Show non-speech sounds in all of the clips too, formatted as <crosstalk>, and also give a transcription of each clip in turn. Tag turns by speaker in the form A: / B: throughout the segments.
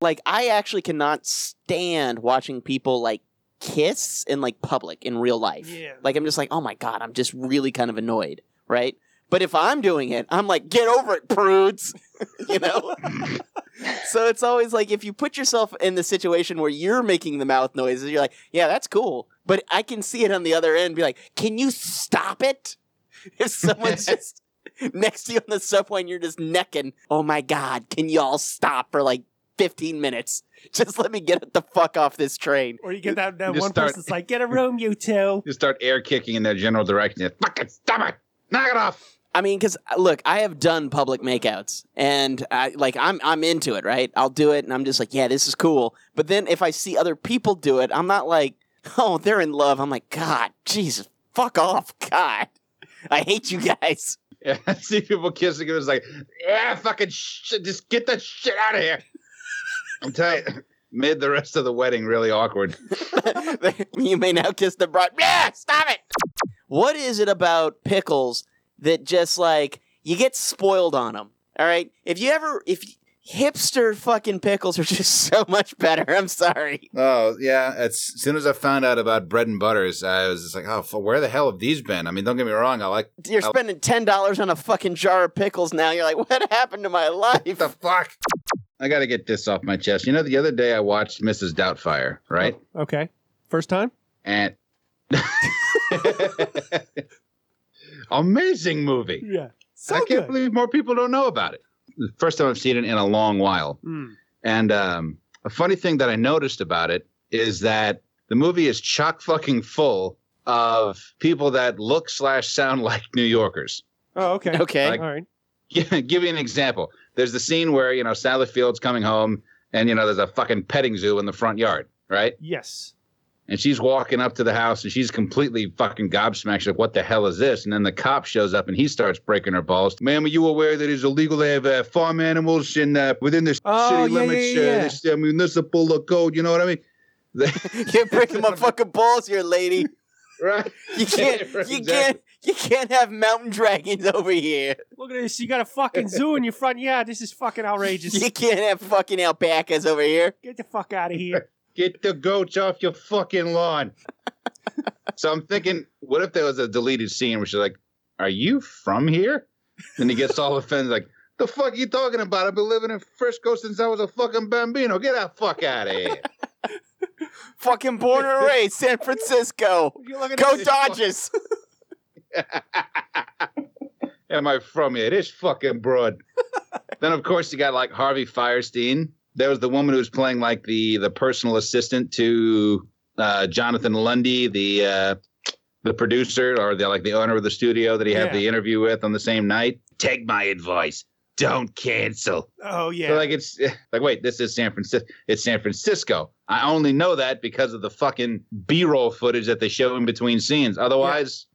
A: Like I actually cannot stand watching people like kiss in like public in real life.
B: Yeah.
A: Like I'm just like, oh my god, I'm just really kind of annoyed, right? But if I'm doing it, I'm like, get over it, prudes. <laughs> you know? so it's always like if you put yourself in the situation where you're making the mouth noises, you're like, yeah, that's cool. But I can see it on the other end, be like, can you stop it? <laughs> If someone's just next to you on the subway and you're just necking, oh my God, can y'all stop for like 15 minutes? <laughs> Just let me get the fuck off this train.
B: Or you get that, that
C: Just
B: one
C: start-
B: person's like, get a room, you two.
C: Just start air kicking in that general direction. Fucking stop it! Knock it off! <laughs>
A: I mean, because look, I have done public makeouts, and I like I'm I'm into it, right? I'll do it, and I'm just like, yeah, this is cool. But then if I see other people do it, I'm not like, <laughs> oh, they're in love. I'm like, God, Jesus, fuck off, <laughs> God, I hate you guys. <laughs>
C: Yeah, I see people kissing and it's like, yeah, fucking shit, just get that shit out of here. I'm telling you, <laughs> made the rest of the wedding really awkward.
A: you may now kiss the bride. Yeah, stop it. What is it about pickles that just like you get spoiled on them? All right, if you ever if hipster fucking pickles are <laughs> just so much better. I'm sorry.
D: Oh yeah, as soon as I found out about bread and butters, I was just like, oh, f- where the hell have these been? I mean, don't get me wrong, I like
A: you're
C: Oh.
D: I-
A: spending ten dollars on a fucking jar of pickles now. You're like, what happened to
C: <laughs>
A: my life?
D: the fuck.
C: I got to get this off my chest. You know, the other day I watched Mrs. Doubtfire, right?
D: Oh.
B: Okay. First time?
C: And <laughs> amazing movie.
B: Yeah. So
C: I can't
B: good.
C: believe more people don't know about it. The First time I've seen it in a long while.
B: Mm.
C: And um, a funny thing that I noticed about it is that the movie is chock fucking full of people that look slash sound like New Yorkers. <laughs>
B: Oh, okay.
A: Okay.
C: Like-
B: All right.
C: Yeah, give you an example. There's the scene where you know Sally Field's coming home, and you know there's a fucking petting zoo in the front yard, right?
B: Yes.
C: And she's walking up to the house and she's completely fucking gobsmacked. She's like, what the hell is this? And then the cop shows up and he starts breaking her balls. Ma'am, are you aware that it's illegal to have uh, farm animals in uh, within the
B: Oh,
C: city
B: yeah,
C: limits,
B: yeah, yeah.
C: Uh, this uh, municipal code? You know what I mean?
A: <laughs>
C: <laughs>
A: You're breaking my fucking balls here,
C: <laughs>
A: lady.
C: right?
A: You can't.
C: Exactly.
A: You can't. You can't have mountain dragons over here.
B: Look at this. You got a fucking zoo in your front yard. This is fucking
C: <laughs>
B: outrageous.
A: You can't have fucking alpacas over here.
B: Get the fuck out of here.
C: Get the goats off your fucking lawn. so I'm thinking, what if there was a deleted scene where she's like, Are you from here? And he gets all offended, like, The fuck you talking about? I've been living in Frisco since I was a fucking bambino. Get the fuck out of here.
A: Fucking born and raised
C: <laughs>
A: San Francisco.
C: You're looking
A: Go
C: at-
A: Dodgers.
C: Am I from here? This fucking <laughs> broad. then of course you got like Harvey Firestein. There was the woman who was playing like the the personal assistant to uh, Jonathan Lundy, the uh, the producer or the like the owner of the studio that he had
B: Yeah.
C: the interview with on the same night. Take my advice. Don't cancel.
B: Oh, yeah.
C: So like it's <laughs> like wait, this is San Francisco. It's San Francisco. I only know that because of the fucking B-roll footage that they show in between scenes. Otherwise,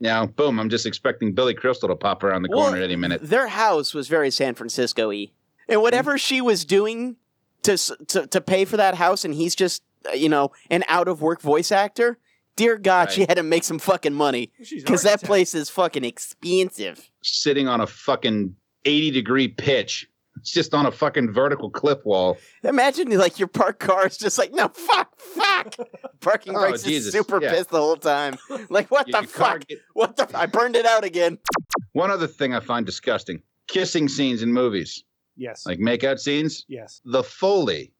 C: now boom, I'm just expecting Billy Crystal to pop around the
A: Well,
C: corner any minute.
A: Their house was very San Francisco y. And whatever she was doing to, s- to to pay for that house, and he's just uh, you know an out of work voice actor. Dear God,
C: Right.
A: she had to make some fucking money.
B: She's
A: Because that
B: architect.
A: place is fucking expensive.
C: Sitting on a fucking 80 degree pitch. It's just on a fucking vertical clip wall.
A: Imagine like your parked car is just like, no, fuck,
B: <laughs>
A: fuck. Parking
C: Oh,
A: brakes is
C: Jesus,
A: super
C: yeah.
A: pissed the whole time. Like, what
C: Your-
A: the
C: your car
A: fuck?
C: get-
A: What the? I burned it out again.
C: One other thing I find disgusting. Kissing scenes in movies.
B: Yes.
C: Like makeout scenes.
B: yes.
C: The Foley.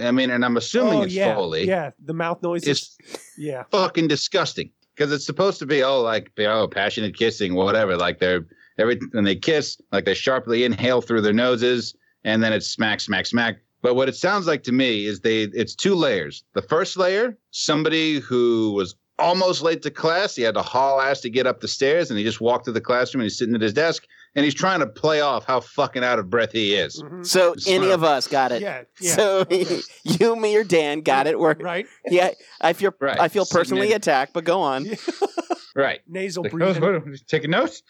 C: I mean, and I'm assuming
B: oh,
C: it's
B: yeah.
C: Foley.
B: Yeah. The mouth noises.
C: It's <laughs>
B: yeah.
C: fucking disgusting because it's supposed to be oh like you know passionate kissing whatever like they're every when they kiss like they sharply inhale through their noses and then it's smack smack smack but what it sounds like to me is they it's two layers the first layer somebody who was almost late to class he had to haul ass to get up the stairs and he just walked to the classroom and he's sitting at his desk and he's trying to play off how fucking out of breath he is
B: Mhm.
A: So any
C: Smile.
A: of us got it.
B: Yeah. Yeah.
A: So <laughs> you, me, or Dan got it. We're,
B: right?
A: yeah, I feel
C: Right.
A: I feel
C: Sitting
A: personally
C: in-
A: attacked, but go on.
B: Yeah.
C: right
B: Nasal
C: Like, <laughs>
B: breathing.
C: oh, what- taking notes?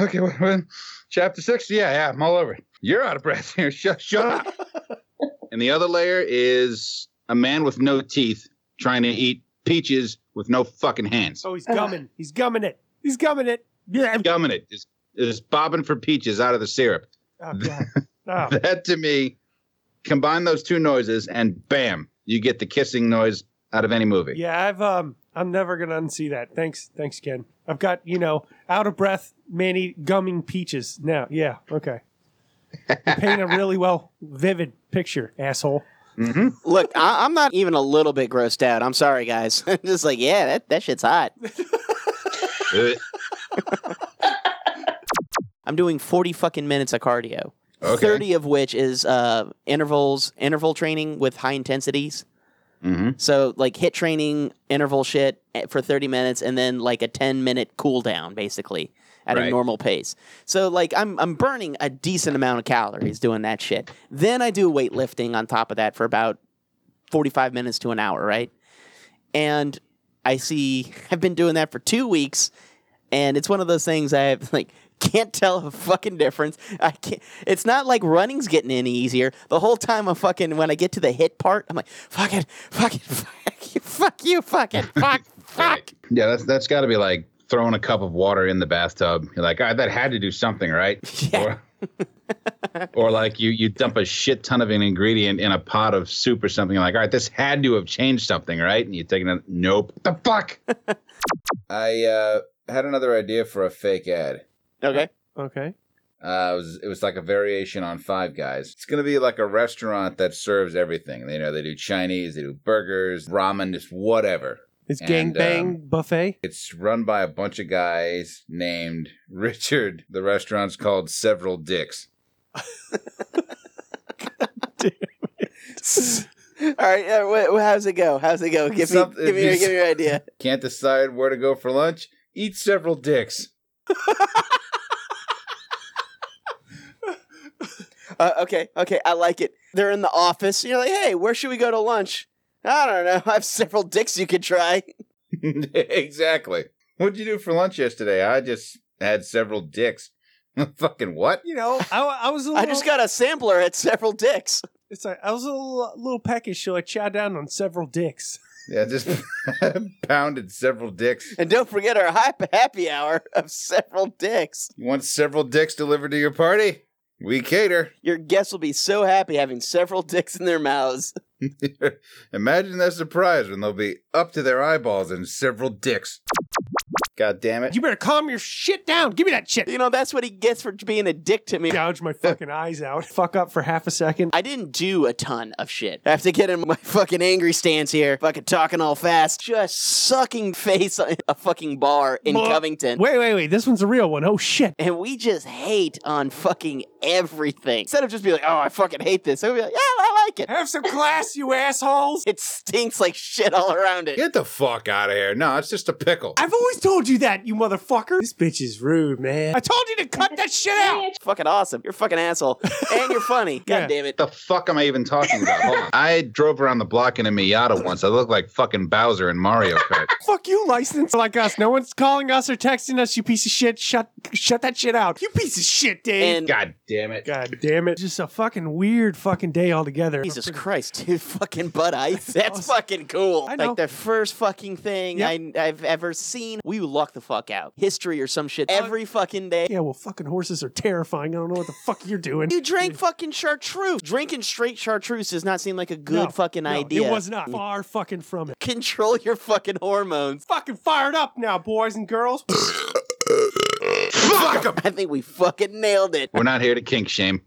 C: Okay, what, what- chapter six? Yeah, yeah, I'm all over. it. You're out of breath here. <laughs> Shut, shut up.
B: <laughs>
C: and the other layer is a man with no teeth trying to eat peaches with no fucking hands.
B: Oh, he's gumming. He's gumming it. He's gumming it.
C: <laughs>
B: Yeah.
C: Gumming it. Just, just bobbing for peaches out of the syrup. <laughs>
B: Oh, God. Oh.
C: That to me combine those two noises, and bam, you get the kissing noise out of any movie.
B: Yeah, I've um, I'm never gonna unsee that. Thanks, thanks, Ken. I've got you know, out of breath, Manny gumming peaches now. Yeah, okay. You paint a really well, vivid picture, asshole.
C: <laughs> hmm
A: Look, I, I'm not even a little bit grossed out. I'm sorry, guys. <laughs> I'm just like, yeah, that, that shit's hot.
C: Uh,
A: I'm doing 40 fucking minutes of cardio.
C: Okay.
A: 30 of which is uh, intervals, interval training with high intensities.
C: hmm
A: So like hit training, interval shit eh, for 30 minutes and then like a 10 minute cool down basically at a
C: Right.
A: normal pace. So like I'm I'm burning a decent amount of calories doing that shit. Then I do weightlifting on top of that for about 45 minutes to an hour, right? And I see I've been doing that for 2 weeks and it's one of those things I have <laughs> like can't tell a fucking difference. I can't. It's not like running's getting any easier. The whole time I'm fucking when I get to the hit part, I'm like fucking, fucking, <laughs> fuck you, fuck you, fucking, fuck, fuck.
D: Right.
C: <laughs> Yeah, that's that's got to be like throwing a cup of water in the bathtub. You're like, all right, that had to do
D: <laughs>
C: something, right?
A: Yeah.
C: Or, or like you you dump a shit ton of an ingredient in a pot of soup or something. You're like, all right, this had to have changed something, right? And you take it. Nope. The fuck.
D: <laughs> I uh, had another idea for a fake ad.
A: Okay.
B: Okay.
D: Uh, it was it was like a variation on Five Guys. It's gonna be like a restaurant that serves everything. You know, they do Chinese, they do burgers, ramen, just whatever.
B: It's
D: And,
B: gangbang
D: um,
B: buffet.
D: It's run by a bunch of guys named <laughs> Richard. The restaurant's called Several Dicks.
A: all right. all right, wh- wh- how's it go? How's it go? Give me,
D: Something-
A: give me, your, give me your idea.
D: Can't decide where to go for lunch? Eat several dicks. <laughs>
A: Uh, okay. Okay. I like it. They're in the office. You're like, hey, where should we go to lunch? I don't know. <laughs> I have several dicks you could try.
D: exactly. What'd you do for lunch yesterday? I just had several dicks. <laughs> Fucking what?
B: You know, I, I was a little.
A: I just got a sampler at several dicks.
B: It's like I was a little, little peckish, so I chowed down on several dicks.
D: Yeah, just <laughs> pounded several dicks.
A: And don't forget our hype happy hour of several dicks.
D: You want several dicks delivered to your party? We cater. <laughs>
A: Your guests will be so happy having several dicks in their mouths.
D: Imagine their surprise when they'll be up to their eyeballs in several dicks. God damn it.
B: You better calm your shit down. Give me that shit.
A: You know, that's what he gets for being a dick to me.
B: Gouge my fucking eyes out. Fuck up for half a second.
A: I didn't do a ton of shit. I have to get in my <laughs> fucking angry stance here, fucking talking all fast, just sucking face on a fucking bar in
B: Blah.
A: Covington.
B: Wait, wait, wait. This one's a real one. Oh shit.
A: And we just hate on fucking everything. Instead of just being like, oh, I fucking hate this, I'll be like, yeah, I like it.
B: Have some class, you assholes.
A: It stinks like shit all around it.
D: Get the fuck out of here. No, it's just a pickle.
B: I've always told you that, you motherfucker. This bitch is rude, man. I told you to cut that shit out.
A: It's fucking awesome. You're a fucking asshole. and you're
B: <laughs>
A: funny. God
B: Yeah.
A: damn it.
C: The fuck am I even talking about? Hold on. I drove around the block in a Miata once. I looked like fucking Bowser in Mario Kart.
B: Fuck you, license like us. No one's calling us or texting us. You piece of shit. Shut, shut that shit out. You piece of shit, Dave.
A: And
C: God damn it.
B: God damn it. Just a fucking weird fucking day altogether.
A: Jesus Christ, dude, <laughs> fucking butt
B: <laughs>
A: ice. That's
B: awesome.
A: fucking cool.
B: I know.
A: Like the first fucking thing
B: Yep.
A: I, I've ever seen. We would lock the fuck out. History or some shit
B: Uh,
A: every fucking day.
B: Yeah, well, fucking horses are terrifying. I don't know what the fuck you're doing.
A: You drank fucking chartreuse. Drinking straight chartreuse does not seem like a good
B: No,
A: fucking
B: No,
A: idea.
B: It was not far fucking from it.
A: Control your fucking hormones.
B: Fucking fired up now, boys and girls.
D: fuck 'em.
A: I think we fucking nailed it.
C: We're not here to kink shame.